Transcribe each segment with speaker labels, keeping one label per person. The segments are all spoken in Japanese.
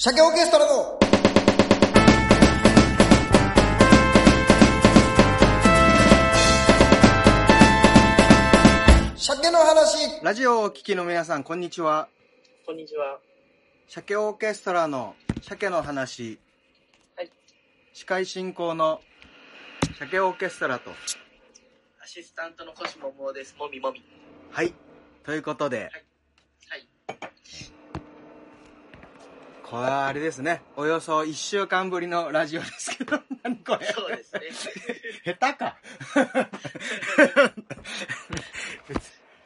Speaker 1: 鮭オーケストラの鮭の話
Speaker 2: ラジオをお聞きの皆さん、こんにちは。
Speaker 3: こんにちは。
Speaker 2: 鮭オーケストラの鮭の話。
Speaker 3: はい。
Speaker 2: 司会進行の鮭オーケストラと。
Speaker 3: アシスタントのコシモモです。もみもみ。
Speaker 2: はい。ということで、
Speaker 3: はい。
Speaker 2: これはあれですね。およそ1週間ぶりのラジオですけど、何これ。
Speaker 3: そうですね。
Speaker 2: 下手か。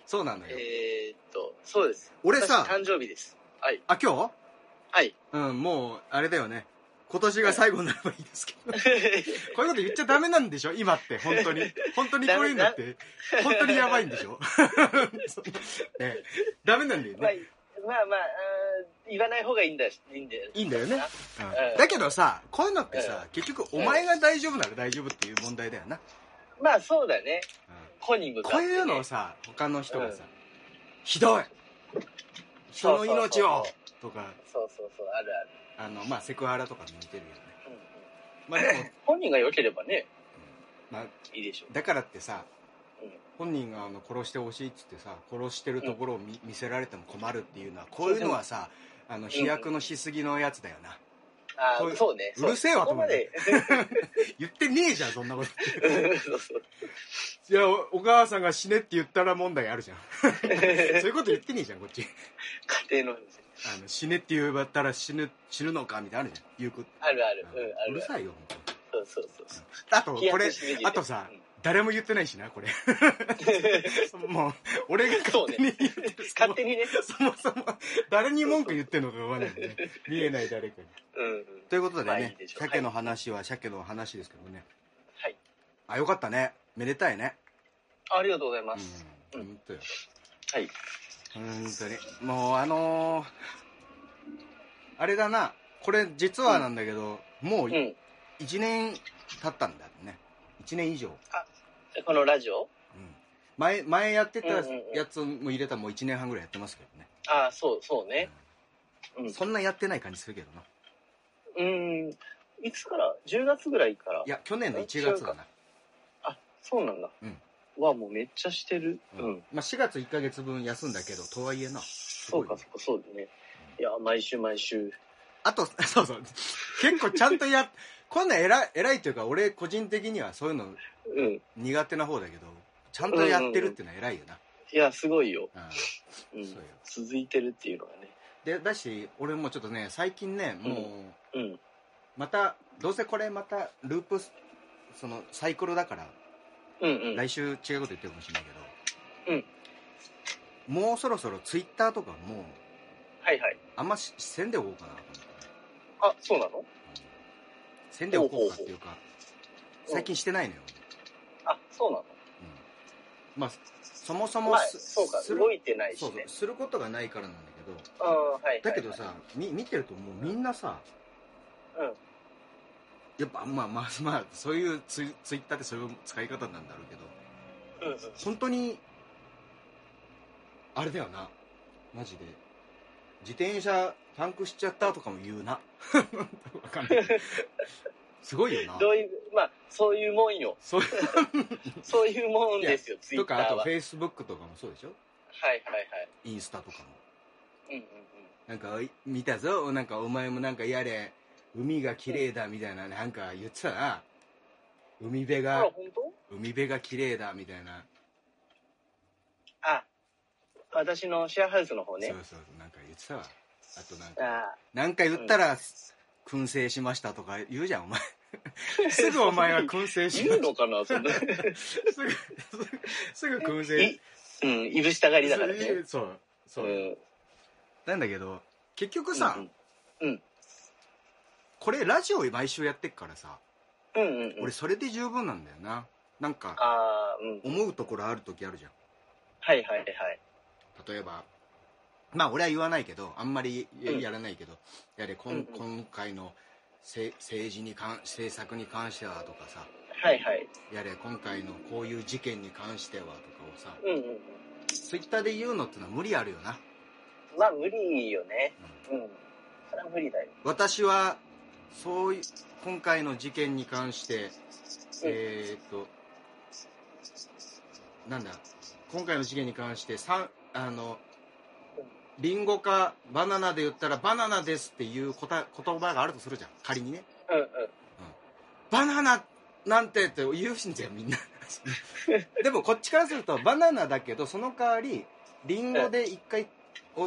Speaker 2: そうなのよ。
Speaker 3: えーっと、そうです。
Speaker 2: 俺さ
Speaker 3: 私誕生日です。はい。
Speaker 2: あ、今
Speaker 3: はい。
Speaker 2: 日うん、もう、あれだよね。今年が最後になればいいですけど。こういうこと言っちゃダメなんでしょ今って、本当に。本当にこういうんだって、本当にやばいんでしょ ねダメなんだよ
Speaker 3: まあ
Speaker 2: ね。、
Speaker 3: まあまあ、あー言わない方がいいんだし、いいんだよ。
Speaker 2: いいんだよね。
Speaker 3: う
Speaker 2: うんんだけどさ、こういうのって
Speaker 3: う
Speaker 2: さ、結局お前が大丈夫なら大丈夫っていう問題だよな。
Speaker 3: まあそうだね。
Speaker 2: うん
Speaker 3: 本人向か
Speaker 2: こ
Speaker 3: っ
Speaker 2: う
Speaker 3: てね、
Speaker 2: いうのをさ、他の人がさ、ひどい人
Speaker 3: そ
Speaker 2: の
Speaker 3: うそうそう
Speaker 2: 命をとか、
Speaker 3: そうそうそう、あるある。
Speaker 2: あの、まあ、セクハラとかに似てるよね。
Speaker 3: うんうん
Speaker 2: まあでも、
Speaker 3: 本人が良ければね、
Speaker 2: まあ、
Speaker 3: いいでしょ
Speaker 2: だからってさ
Speaker 3: うん
Speaker 2: 本人があの殺してほしいっつってさ殺してるところを見,、見せられても困るっていうのはこういうのはさあの飛躍のしすぎのやつだよな、
Speaker 3: う。あ
Speaker 2: こうい
Speaker 3: あ、
Speaker 2: う
Speaker 3: そうね。そう
Speaker 2: るせえわ
Speaker 3: そ
Speaker 2: と思
Speaker 3: こま
Speaker 2: うね
Speaker 3: で。
Speaker 2: 言ってねえじゃんそんなこと
Speaker 3: そうそう。
Speaker 2: いやおお母さんが死ねって言ったら問題あ るじゃんそういうこと言ってねえじゃんこっち
Speaker 3: 家庭の話。
Speaker 2: あの死ねって言えたら死ぬ死ぬのかみたいなのあるじゃん言うこと
Speaker 3: あるある。うん、あ
Speaker 2: うる
Speaker 3: るある。
Speaker 2: さいよ本
Speaker 3: そうそうそうそう。
Speaker 2: 当あとこれ
Speaker 3: 飛躍しすぎてて
Speaker 2: あとさ
Speaker 3: うん
Speaker 2: 誰も言ってないしな これもう俺が勝手に言ってる
Speaker 3: 勝手にね。
Speaker 2: そもそも誰に文句言ってんのかわかんないよね。見えない誰かに。
Speaker 3: うんうん。
Speaker 2: ということでね、
Speaker 3: まあいいでしょう
Speaker 2: 鮭の話は鮭の話ですけどね。
Speaker 3: はい。
Speaker 2: あ、よかったね。めでたいね。
Speaker 3: ありがとうございま
Speaker 2: うん
Speaker 3: す。。うん
Speaker 2: 本当よ。
Speaker 3: はい。
Speaker 2: 本当に。もうあのーあれだな。これ実はなんだけど、もう
Speaker 3: うん。
Speaker 2: 1年経ったんだね。1年以上。
Speaker 3: このラジオ
Speaker 2: うん。前、前やってた
Speaker 3: うんうんうん
Speaker 2: やつも入れたらもう1年半ぐらいやってますけどね。
Speaker 3: ああ、そう、そうね。うん。
Speaker 2: そんなやってない感じするけどな。
Speaker 3: うん。いつから ?10 月ぐらいから
Speaker 2: い。や、去年の1月だな。
Speaker 3: あ、そうなんだ。
Speaker 2: うん。
Speaker 3: わ、もうめっちゃしてる。
Speaker 2: う
Speaker 3: うんん。
Speaker 2: まあ、4月1ヶ月分休んだけど、とはいえな。
Speaker 3: そうか、そうか、そうだね。いや、毎週毎週。
Speaker 2: あと、 そうそう。結構ちゃんとや、 こんなん偉い、偉いというか、俺個人的にはそういうの
Speaker 3: うん。
Speaker 2: 苦手な方だけど、ちゃんとやってるっていうのは偉いよな。
Speaker 3: いや、すごいよ。
Speaker 2: うん
Speaker 3: うん
Speaker 2: そうよ。
Speaker 3: 続いてるっていうのがね。
Speaker 2: で、だし、俺もちょっとね、最近ね、もう、
Speaker 3: うん。
Speaker 2: また、どうせこれまた、ループ、その、サイクルだから、
Speaker 3: うんうん。
Speaker 2: 来週違うこと言ってるかもしれないけど、
Speaker 3: うん
Speaker 2: もうそろそろツイッターとかもう、
Speaker 3: はいはい。
Speaker 2: あんましせんでおこうかなと思ってね。
Speaker 3: あ、そうなの
Speaker 2: せんでおこうかっていうか、
Speaker 3: うん
Speaker 2: 最近してないのよ。
Speaker 3: あ、そうなの
Speaker 2: うんまあ、そもそも
Speaker 3: まあ、
Speaker 2: す、
Speaker 3: そうか、
Speaker 2: する
Speaker 3: 動いてないし
Speaker 2: そうそ
Speaker 3: ね
Speaker 2: う。することがないからなんだけど、
Speaker 3: ああ、はいはいはい。
Speaker 2: だけどさ、み見てるともうみんなさ、
Speaker 3: うん
Speaker 2: やっぱまあまあまあ、そういうツイツイッターってそういう使い方なんだろうけど、
Speaker 3: うんうん。
Speaker 2: 本当に、あれだよな、マジで。自転車パンクしちゃったとかも言うな。 わかん ない。すごいよな。
Speaker 3: どういう、まあ、そういうもんよ。
Speaker 2: そういう
Speaker 3: そういうもんですよ、ツイ
Speaker 2: と
Speaker 3: ッター
Speaker 2: か、あ
Speaker 3: は。
Speaker 2: と
Speaker 3: は
Speaker 2: フ
Speaker 3: い
Speaker 2: ェイスブックとかもそうでしょ
Speaker 3: はいはい。
Speaker 2: インスタとかも。
Speaker 3: うんうんうん。
Speaker 2: なんか、見たぞ、なんかお前もなんかやれ、海が綺麗だみたいな、なんか言ってたな。海辺
Speaker 3: あら、
Speaker 2: が、
Speaker 3: 本当
Speaker 2: 海辺が綺麗だみたいな。
Speaker 3: あ、私のシェアハウスの方
Speaker 2: そ
Speaker 3: ね
Speaker 2: う。そう、なんか言ってたわ。あとなんか、
Speaker 3: あ
Speaker 2: なんか言ったら、燻製しましたとか言うじゃん、お 前。すぐお前は燻製しま
Speaker 3: 言う
Speaker 2: し
Speaker 3: のかな、そんな。
Speaker 2: た。すぐ、すぐ燻製
Speaker 3: い。うん、いぶしたがりだからね。
Speaker 2: そう、
Speaker 3: う
Speaker 2: そう。
Speaker 3: ん。
Speaker 2: なんだけど、結局さ、
Speaker 3: うんうん。
Speaker 2: これラジオ毎週やってっからさ、
Speaker 3: うんうんうん。
Speaker 2: 俺それで十分なんだよななんか
Speaker 3: ああ、うん。
Speaker 2: 思うところある時あるじゃん
Speaker 3: はいはいはい。
Speaker 2: 例えばまあ俺は言わないけどあんまりや
Speaker 3: うん
Speaker 2: やらないけど、やれこん
Speaker 3: うんうん
Speaker 2: 今回のせ政治に関政策に関してはとかさ
Speaker 3: はいはい。
Speaker 2: やれ今回のこういう事件に関してはとかをさ
Speaker 3: うんうんうん。
Speaker 2: ツイッターで言うのってのは無理あるよな
Speaker 3: まあ、無理よね。うん。それは無理だよ。
Speaker 2: 私はそういう今回の事件に関して、えーっとなんだ今回の事件に関してさんあのリンゴかバナナで言ったらバナナですっていうこた言葉があるとするじゃん仮にね
Speaker 3: うんうん。
Speaker 2: バナナなんてって言うんだよみんなでもこっちからするとバナナだけどその代わりリンゴで一回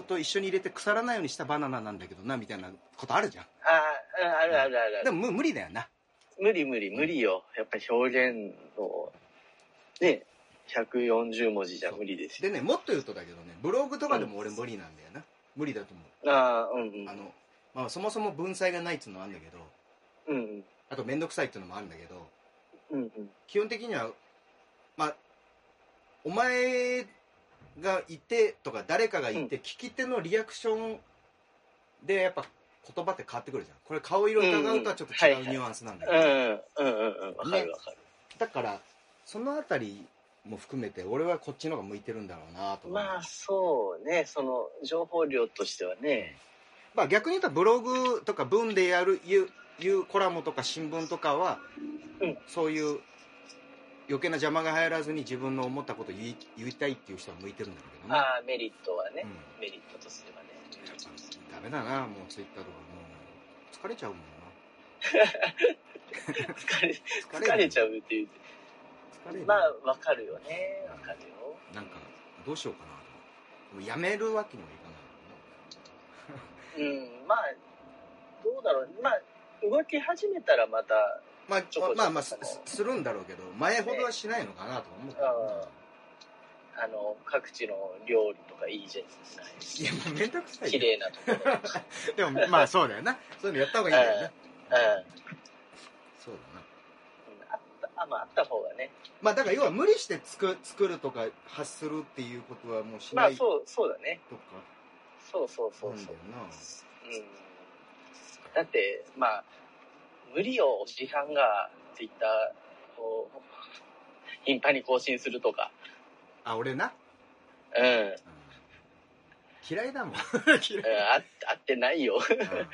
Speaker 2: と一緒に入れて腐らないようにしたバナナなんだけどなみたいなことあるじゃん
Speaker 3: ああ、うんあるあるあるある。
Speaker 2: でもむ無理だよな
Speaker 3: 無理無理無理よ。やっぱり表現の、ね、140文字じゃ無理ですよ。
Speaker 2: でねもっと言うとだけどねブログとかでも俺無理なんだよな無理だと思う
Speaker 3: ああ、うんうん。
Speaker 2: あの、まあ、そもそも文才がないっていうのもあるんだけど
Speaker 3: うんうん。
Speaker 2: あと面倒くさいっていうのもあるんだけど
Speaker 3: うんうん。
Speaker 2: 基本的にはまあお前がいてとか誰かがいて、聞き手のリアクションでやっぱ言葉って変わってくるじゃんこれ顔色疑うとはちょっと違うニュアンスなんだけ
Speaker 3: う
Speaker 2: ど、
Speaker 3: んうんうんうん。わかるわかる。
Speaker 2: だからそのあたりも含めて俺はこっちの方が向いてるんだろうなと思う
Speaker 3: まあそうね、その情報量としてはね。
Speaker 2: まあ、逆に言うとブログとか文でやるいういうコラムとか新聞とかは、
Speaker 3: うん
Speaker 2: そういう余計な邪魔が入らずに自分の思ったことを言い言いたいっていう人は向いてるんだけどね、
Speaker 3: ああ、メリットはね
Speaker 2: うん、、
Speaker 3: メリットとすればね。
Speaker 2: ダメだなもうツイッターとかもう疲れちゃうもん
Speaker 3: 疲れ、
Speaker 2: な
Speaker 3: 疲れち
Speaker 2: ゃ
Speaker 3: ゃうっていう。
Speaker 2: 疲れる
Speaker 3: まあわかるよね。わかるよ。
Speaker 2: なんかどうしようかなと思うでもやめるわけにもいかない
Speaker 3: うん、まあ、どうだろう。まあ、動き始めたらまた、
Speaker 2: まあ
Speaker 3: ちょこちょこ
Speaker 2: まあまあすするんだろうけど前ほどはしないのかなと思うけどな、
Speaker 3: ねあの、各地の料理とかいいじゃないです
Speaker 2: いやもうめんどくさ
Speaker 3: か。
Speaker 2: い
Speaker 3: 綺
Speaker 2: よ
Speaker 3: 麗なところ。
Speaker 2: でもまあそうだよなそういうのやった方がいいんだよね
Speaker 3: うん。
Speaker 2: そうだな
Speaker 3: あった、あまあ、あった方がね。
Speaker 2: まあだから要は無理して作作るとか発するっていうことはもうし
Speaker 3: ま
Speaker 2: な
Speaker 3: あ、
Speaker 2: いとか
Speaker 3: そう、そうだね。そうそうそ
Speaker 2: な
Speaker 3: うん
Speaker 2: だ
Speaker 3: そ
Speaker 2: よ
Speaker 3: う。うん。だって、まあ、無理を押し感が、ツイッターを、頻繁に更新するとか。
Speaker 2: なあ俺な、
Speaker 3: うん。うん
Speaker 2: うん嫌い だもん嫌い、
Speaker 3: あ合ってないよ。
Speaker 2: うん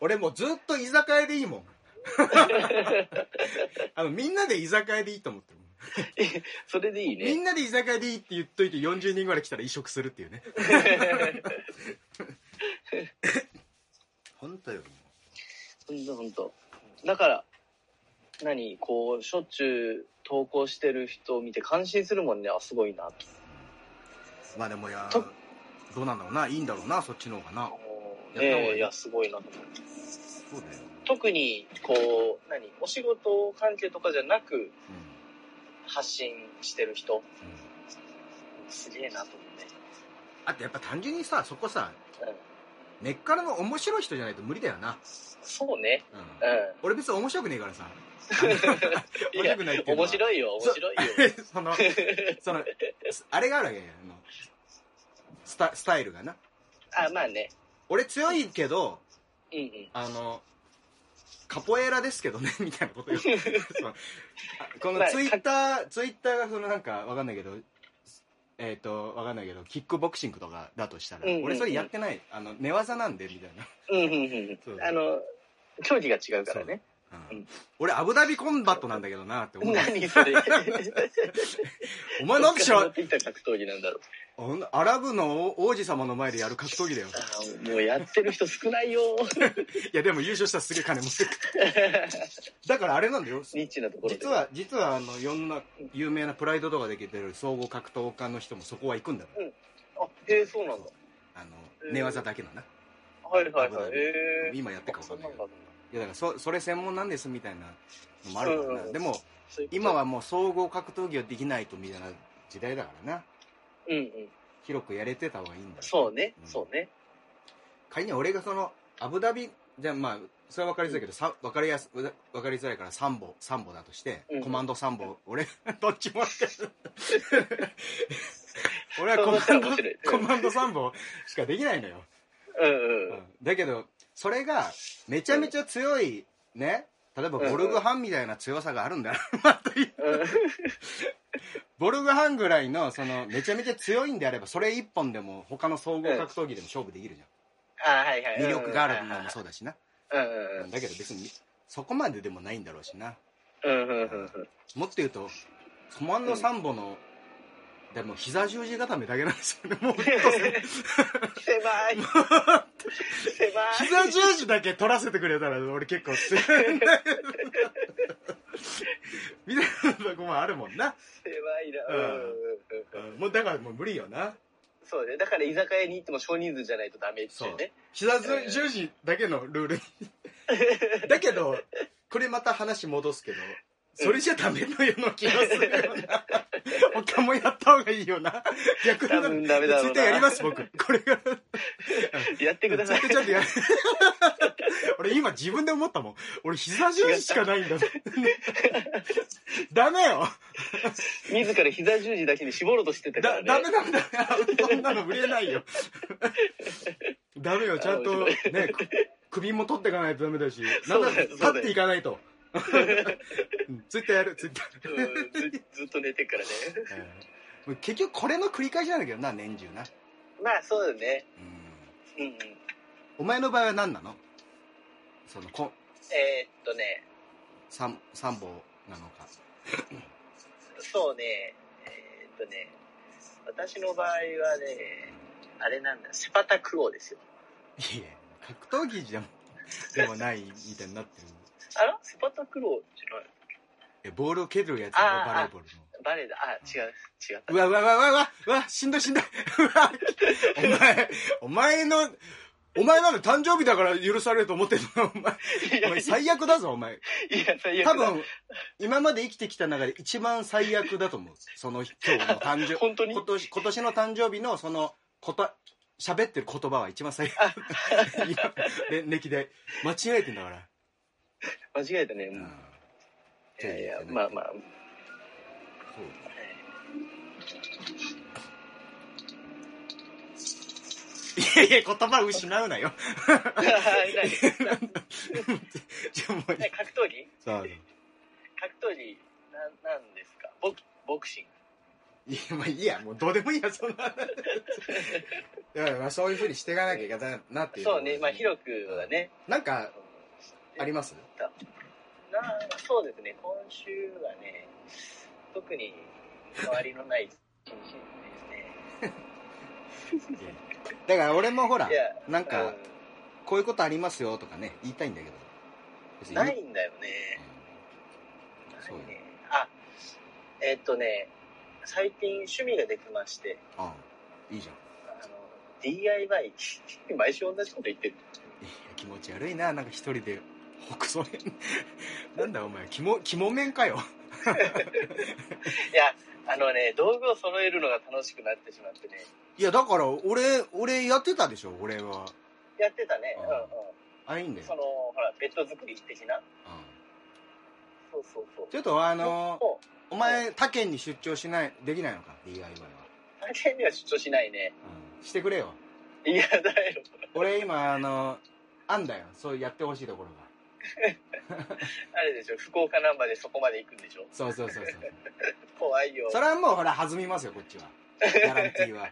Speaker 2: 俺もうずっと居酒屋でい いもんあのみんなで居酒屋でいいと思ってるもん
Speaker 3: それでいい
Speaker 2: み
Speaker 3: ね。
Speaker 2: んなで居酒屋でいいって言っといて40人ぐらい来たら移植するっていうね本当よ
Speaker 3: ほんとほんと。だから、何こう、しょっちゅう投稿してる人を見て感心するもんね。あ、すごいな、と。
Speaker 2: まあでもや
Speaker 3: と
Speaker 2: どうなんだろうないいんだろうなそっちの方がなやった方がい
Speaker 3: ね
Speaker 2: い
Speaker 3: え、いや、すごいな、と思って。
Speaker 2: そうだよ、
Speaker 3: 特にこう何お仕事関係とかじゃなく
Speaker 2: うん
Speaker 3: 発信してる人すげえなと思って
Speaker 2: あとやっぱ単純にさそこさ
Speaker 3: うん
Speaker 2: 根っからの面白い人じゃないと無理だよな、
Speaker 3: そうね
Speaker 2: うん
Speaker 3: う
Speaker 2: 俺別に面白くねえから さ
Speaker 3: ん
Speaker 2: 面白くないっていうの
Speaker 3: 面
Speaker 2: は
Speaker 3: 白いよ面白いよ
Speaker 2: そのそのあれがあるわけやあのスタスタイルがな
Speaker 3: あまあね
Speaker 2: 俺強いけど
Speaker 3: うんうん
Speaker 2: あのカポエラですけどね みたいな ことよそのあこの
Speaker 3: まあ
Speaker 2: ツイッターツイッターがそのなんかわかんないけどえっ、とわかんないけどキックボクシングとかだとしたら、
Speaker 3: うんうんうん
Speaker 2: 俺それやってないあの寝技なんでみたいな
Speaker 3: うんうん
Speaker 2: そううん
Speaker 3: あの競技が違うからね
Speaker 2: う
Speaker 3: うんん、
Speaker 2: 俺アブダビコンバットなんだけど なって思う
Speaker 3: 何それ
Speaker 2: お前なんでしょ
Speaker 3: 持ってきた格闘技なんだろう
Speaker 2: アラブの王子様の前でやる格闘技だ よ
Speaker 3: あもうやってる人少ないよ
Speaker 2: いやでも優勝したらすげえ金持ってくる だからあれなんだよ
Speaker 3: ニッチなところで
Speaker 2: 実は実はあのいろんな有名なプライドとかできてる総合格闘家の人もそこは行くんだよ
Speaker 3: あえー、そうなんだ
Speaker 2: あの寝技だけのな
Speaker 3: はいはいは
Speaker 2: 危ない
Speaker 3: い
Speaker 2: ね
Speaker 3: えー、
Speaker 2: 今やってるか分かんないけ
Speaker 3: そ
Speaker 2: ど
Speaker 3: うなんだ
Speaker 2: いやだからそそれ専門なんですみたいなのもあるから
Speaker 3: うんう
Speaker 2: なんでも
Speaker 3: そういうこと
Speaker 2: 今はもう総合格闘技はできないとみたいな時代だからな
Speaker 3: うんうん
Speaker 2: 広くやれてた方がいいんだよ
Speaker 3: そうね、
Speaker 2: うん
Speaker 3: そうね
Speaker 2: 仮に俺がそのアブダビじゃあまあそれは分かりづらいけど、さ分かりやす分かりづらいからサンボサンボだとして、
Speaker 3: うん
Speaker 2: コマンドサンボ俺 どっちも分か る俺はコ
Speaker 3: そう
Speaker 2: マ
Speaker 3: だ
Speaker 2: ンド
Speaker 3: ったら面白い
Speaker 2: コマンドサンボしかできないのよ、
Speaker 3: うんうん
Speaker 2: うんだけどそれがめちゃめちゃ強いね例えば
Speaker 3: うん
Speaker 2: ボルグハンみたいな強さがあるんだな、という ボルグハンぐらいのそのめちゃめちゃ強いんであればそれ一本でも他の総合格闘技でも勝負できるじゃん
Speaker 3: あはいはい。
Speaker 2: 魅力があるのも
Speaker 3: う
Speaker 2: そうだしな。
Speaker 3: んうんうん。
Speaker 2: だけど別に、そこまででもないんだろうしな。
Speaker 3: うんうんうんうん。
Speaker 2: もっと言うと、コマンドサンボの、でも膝十字固めだけなんですよね。もう、
Speaker 3: 狭い。狭い。
Speaker 2: 膝十字だけ取らせてくれたら俺結構強いんだけど。 みたいなとこもあるもんな。
Speaker 3: 狭い
Speaker 2: う
Speaker 3: な。うんんうんうんうん。
Speaker 2: もうだからもう無理よな。
Speaker 3: そうね。だから居酒屋に行っても少人数じゃないとダメっていうね。
Speaker 2: 膝十字だけの ルール。だけど、これまた話戻すけど、それじゃダメのような気がするよな。 他もやった方がいいよな。逆にな
Speaker 3: 多分ダメだろう
Speaker 2: ツイ
Speaker 3: な
Speaker 2: ッターやります、僕。これが。
Speaker 3: やってください
Speaker 2: ツイッ。ターちゃんとやる。俺今自分で思ったもん。俺膝十字しかないん だ。ダメよ。
Speaker 3: 自ら膝十字だけに絞ろうとしてたか
Speaker 2: だ、
Speaker 3: らね。
Speaker 2: ダメダメダメ。 そんなの売れないよ。ダメよ、ちゃんとね、く首も取っていかないとダメだし、なんだ、
Speaker 3: そうだよそうだ
Speaker 2: 立
Speaker 3: よ
Speaker 2: っていかないと。 うんツイッターやる、ツイッター。
Speaker 3: うんず ずっと寝てっからね。
Speaker 2: えーもう結局これの繰り返しなんだけどな年中な、うん、
Speaker 3: まあそうだね。うんうん。
Speaker 2: お前の場合は何なのそのこ
Speaker 3: えーっとね、
Speaker 2: 三三本なのか
Speaker 3: そうね、えーっとね、私の場合はね、あれなんだ、スパタク王ですよ。
Speaker 2: いえ格闘技じゃんでもないみたいになってる
Speaker 3: あらスパタク王じゃない
Speaker 2: えボールを蹴るやつだろ
Speaker 3: あー
Speaker 2: バレーボールの
Speaker 3: バレだ。あ、違う、違った。
Speaker 2: うわうわうわうわうわうわしんどい しんどいうわお前お前のお前なんで誕生日だから許されると思ってんのお前
Speaker 3: い
Speaker 2: お
Speaker 3: や、
Speaker 2: 前
Speaker 3: い
Speaker 2: 最悪だぞお前
Speaker 3: や、 最悪だ
Speaker 2: 多分今まで生きてきた中で一番最悪だと思うその今日の誕生
Speaker 3: 本当に
Speaker 2: 今年今年の誕生日のそのこと喋ってる言葉は一番最悪 今れ歴代間違えてんだから、
Speaker 3: 間違えたね。
Speaker 2: うん
Speaker 3: いやいや、まあ まあ、
Speaker 2: そういやいや言葉失うなよ
Speaker 3: はい何
Speaker 2: じゃあもう
Speaker 3: え格闘技
Speaker 2: さあ
Speaker 3: 格闘技、な、なんですかボクボクシング。
Speaker 2: いや、まあいいや、もうどうでもいいや、そんな。いや、まあそういうふうにしていかなきゃいけないなっていう。
Speaker 3: そうね、まあ広くはね、
Speaker 2: なんか、あります
Speaker 3: なそうですね、今週はね、特に変わりのない一日です
Speaker 2: だから俺もほら
Speaker 3: ね。い、や、
Speaker 2: なん
Speaker 3: う
Speaker 2: か、こういうことありますよとかね、言いたいんだけど。別に言う
Speaker 3: ないんだよね。
Speaker 2: そう
Speaker 3: ないねあ、えっとね、最近趣味ができまして、
Speaker 2: あいいじゃん。
Speaker 3: あの、DIY、毎 週同じこと言ってる。
Speaker 2: いや気持ち悪いな、なんか一人で。北総面なんだお前、肝、肝面かよ。
Speaker 3: いや、あのね、道具を揃えるのが楽しくなってしまってね、
Speaker 2: いや、だから俺、俺やってたでしょ、俺は。
Speaker 3: やってたね、
Speaker 2: あ
Speaker 3: う
Speaker 2: ー
Speaker 3: んうん。
Speaker 2: あ、いいんだ
Speaker 3: そ
Speaker 2: よ。
Speaker 3: の、ほら、ベッド作り的な。
Speaker 2: うん
Speaker 3: そうそうそう。
Speaker 2: ちょっとあ
Speaker 3: あ
Speaker 2: のー、お前他県に出張しないできないのか DIY は、
Speaker 3: 大変には出張しないね。
Speaker 2: うん、してくれよ
Speaker 3: いや、だよ。
Speaker 2: 俺今あのあんだよそうやってほしいところが
Speaker 3: あれでしょ、福岡ナンバーでそこまで行くんでしょ
Speaker 2: そうそうそうそう
Speaker 3: 怖いよ。
Speaker 2: それはもうほら弾みますよこっちはギャランティーは、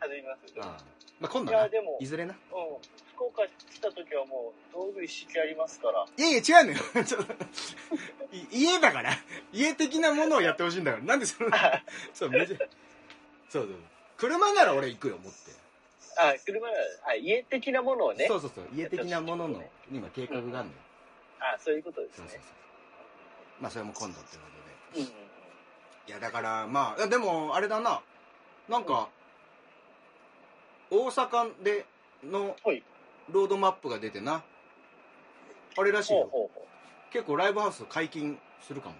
Speaker 3: 始めます。
Speaker 2: うんまあ、今
Speaker 3: い
Speaker 2: 度
Speaker 3: や、
Speaker 2: は
Speaker 3: でも、う
Speaker 2: い
Speaker 3: ん、
Speaker 2: ずれない
Speaker 3: 福岡来た時はもう、道具一式ありますから。
Speaker 2: いやいや違うのよちょっとい 家だから家的なものをやってほしいんだからなんでそ の
Speaker 3: あ
Speaker 2: そう無事そうそう車なら俺行くよ持って、
Speaker 3: あ、車、あ、家的なものをね。
Speaker 2: そうそうそう家的なものの今計画があるのよ、
Speaker 3: あそういうことです
Speaker 2: そうそうそう
Speaker 3: ね。
Speaker 2: まあそれも今度ってことで
Speaker 3: うんうんうん。
Speaker 2: いやだからまあいやでもあれだななんか大阪での
Speaker 3: はい
Speaker 2: ロードマップが出てなあれらしい
Speaker 3: ほう
Speaker 2: よ
Speaker 3: ほうほう。
Speaker 2: 結構ライブハウス解禁するかも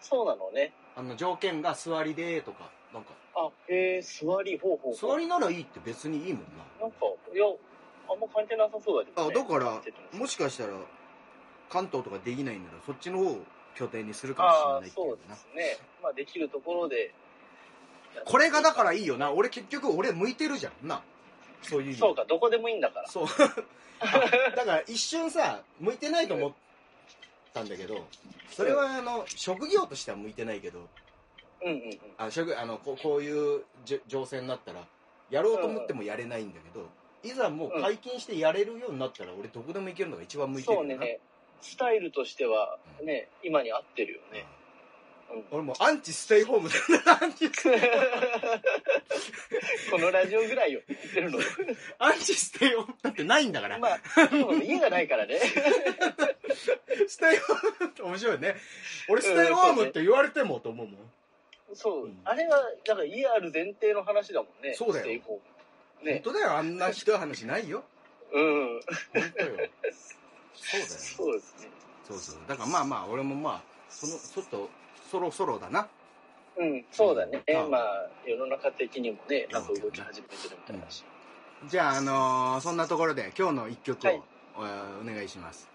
Speaker 3: そうなのね。
Speaker 2: あの条件が座りでとかなんか
Speaker 3: あ、へえ、座り、ほうほうほう。
Speaker 2: 座りならいいって別にいいもん
Speaker 3: なんか、いや、あんま関係なさそうだけ
Speaker 2: なあ
Speaker 3: ど、ね。
Speaker 2: だから
Speaker 3: ちょっと
Speaker 2: もしかしたら関東とかできないんならそっちの方を拠点にする
Speaker 3: あ
Speaker 2: かもしれない
Speaker 3: ー
Speaker 2: ってい
Speaker 3: そううで
Speaker 2: な
Speaker 3: すね。まあ、できるところで。
Speaker 2: これがだからいいよな俺結局俺向いてるじゃんなそういう意味で
Speaker 3: そうか、どこでもいいんだから。
Speaker 2: そう だから一瞬さ向いてないと思ったんだけどそれはあの職業としては向いてないけど
Speaker 3: うんうんうん。
Speaker 2: あ職あのこうこういうじょ情勢になったらやろうと思ってもやれないんだけど、いざもう解禁してやれるようになったら、俺どこでも行けるのが一番向いてる
Speaker 3: そ
Speaker 2: よ
Speaker 3: う
Speaker 2: な
Speaker 3: ね。スタイルとしては、ね、今に合ってるよね。 うん
Speaker 2: 俺もうアンチステイホームだアンチ
Speaker 3: このラジオぐらいを言っ てるの。
Speaker 2: アンチステイホームだってないんだから、
Speaker 3: まあ、そうね家がないからね。
Speaker 2: ステイホームって面白いね俺ステイホームって言われてもと思うもん、
Speaker 3: そう、
Speaker 2: うん
Speaker 3: あれは、だから家ある前提の話だもんね。
Speaker 2: そうだよ
Speaker 3: ステイホーム
Speaker 2: 本
Speaker 3: ね。
Speaker 2: 当だよあんなひどい話ないよ
Speaker 3: うん。
Speaker 2: 本当よそうだよ
Speaker 3: そうですね。
Speaker 2: そうそうだからまあまあ俺もまあそのちょっとそろそろだな
Speaker 3: うん、そうだね。
Speaker 2: うん
Speaker 3: まあ、世の中的にもね、なんか動き始めてるみたいだし。
Speaker 2: じゃああのーそんなところで今日の一曲を、
Speaker 3: はい
Speaker 2: おお願いします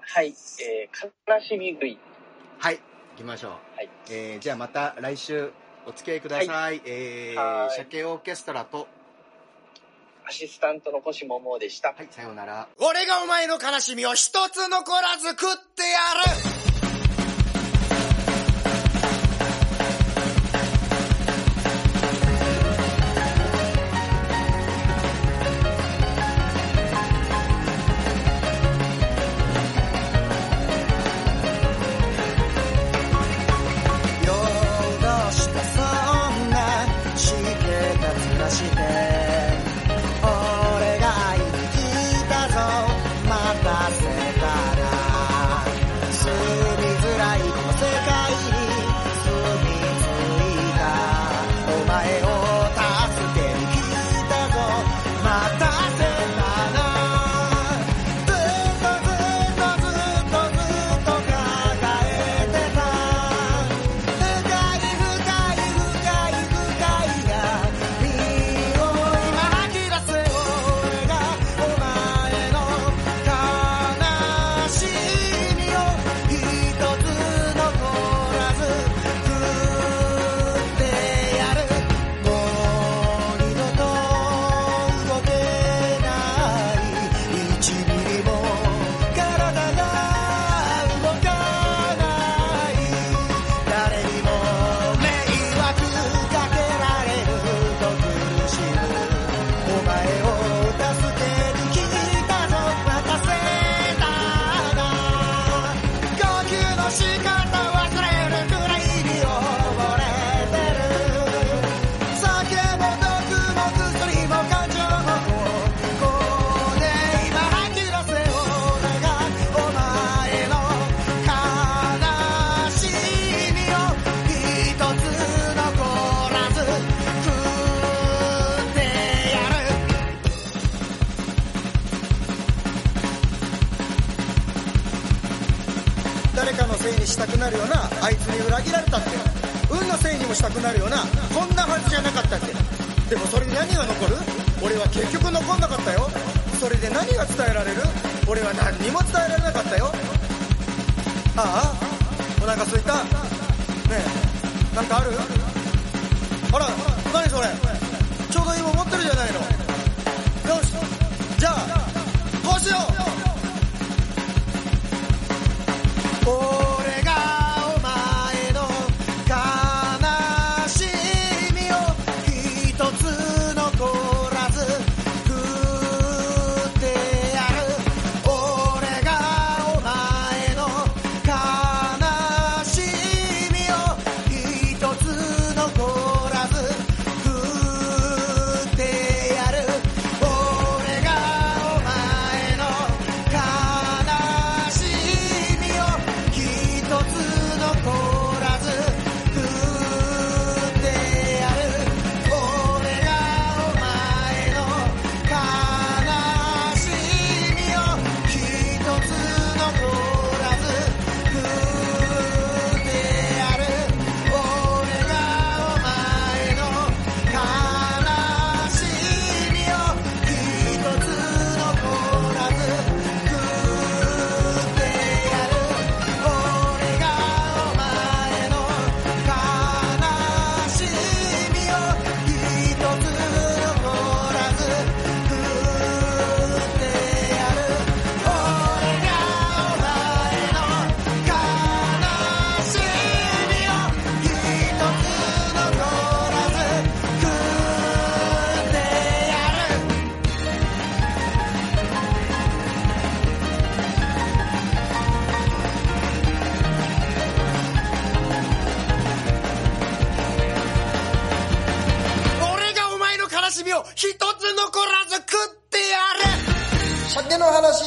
Speaker 3: はい。えー、悲しみ食い。
Speaker 2: はい行きましょう、
Speaker 3: はい
Speaker 2: えーじゃあまた来週お付き合いください、え
Speaker 3: は
Speaker 2: ー、
Speaker 3: い
Speaker 2: 鮭オーケストラと
Speaker 3: アシスタントの腰ももでした。
Speaker 2: はいさようなら
Speaker 1: 俺がお前の悲しみを一つ残らず食ってやる夜通したそんなしけた面して俺が生きたぞ待たせたな住みづらいこの世界に住み着いたお前を助けに来たぞ待たせたなずっとずっとずっとずっと抱えてた深い深い深い深い深いが身を今吐き出せ俺がお前の悲しみを一つ残らず食ってやるもう二度と動けない一ミリも体が動かない誰にも迷惑かけられると苦しむお前を助けに来たぞ渡せたな呼吸の仕方忘れるくらいに溺れてる酒も毒も薬も感情もここで今吐き出せ俺がお前の悲しみを一つ残らず食ってやる誰かのせいにしたくなるよなあいつに裏切られたって運のせいにもしたくなるよなこんなはずじゃなかったってでもそれに何が残る俺は結局残んなかったよそれで何が伝えられる俺は何にも伝えられなかったよああお腹すいたねえなんかあるあら何それちょうど今持ってるじゃないのよしじゃあこうしよう俺がお前の悲しみを一つ残らず食ってやる俺がお前の悲しみを一つ残らず食ってやるしみを一つ残らず食ってやれ鮭の話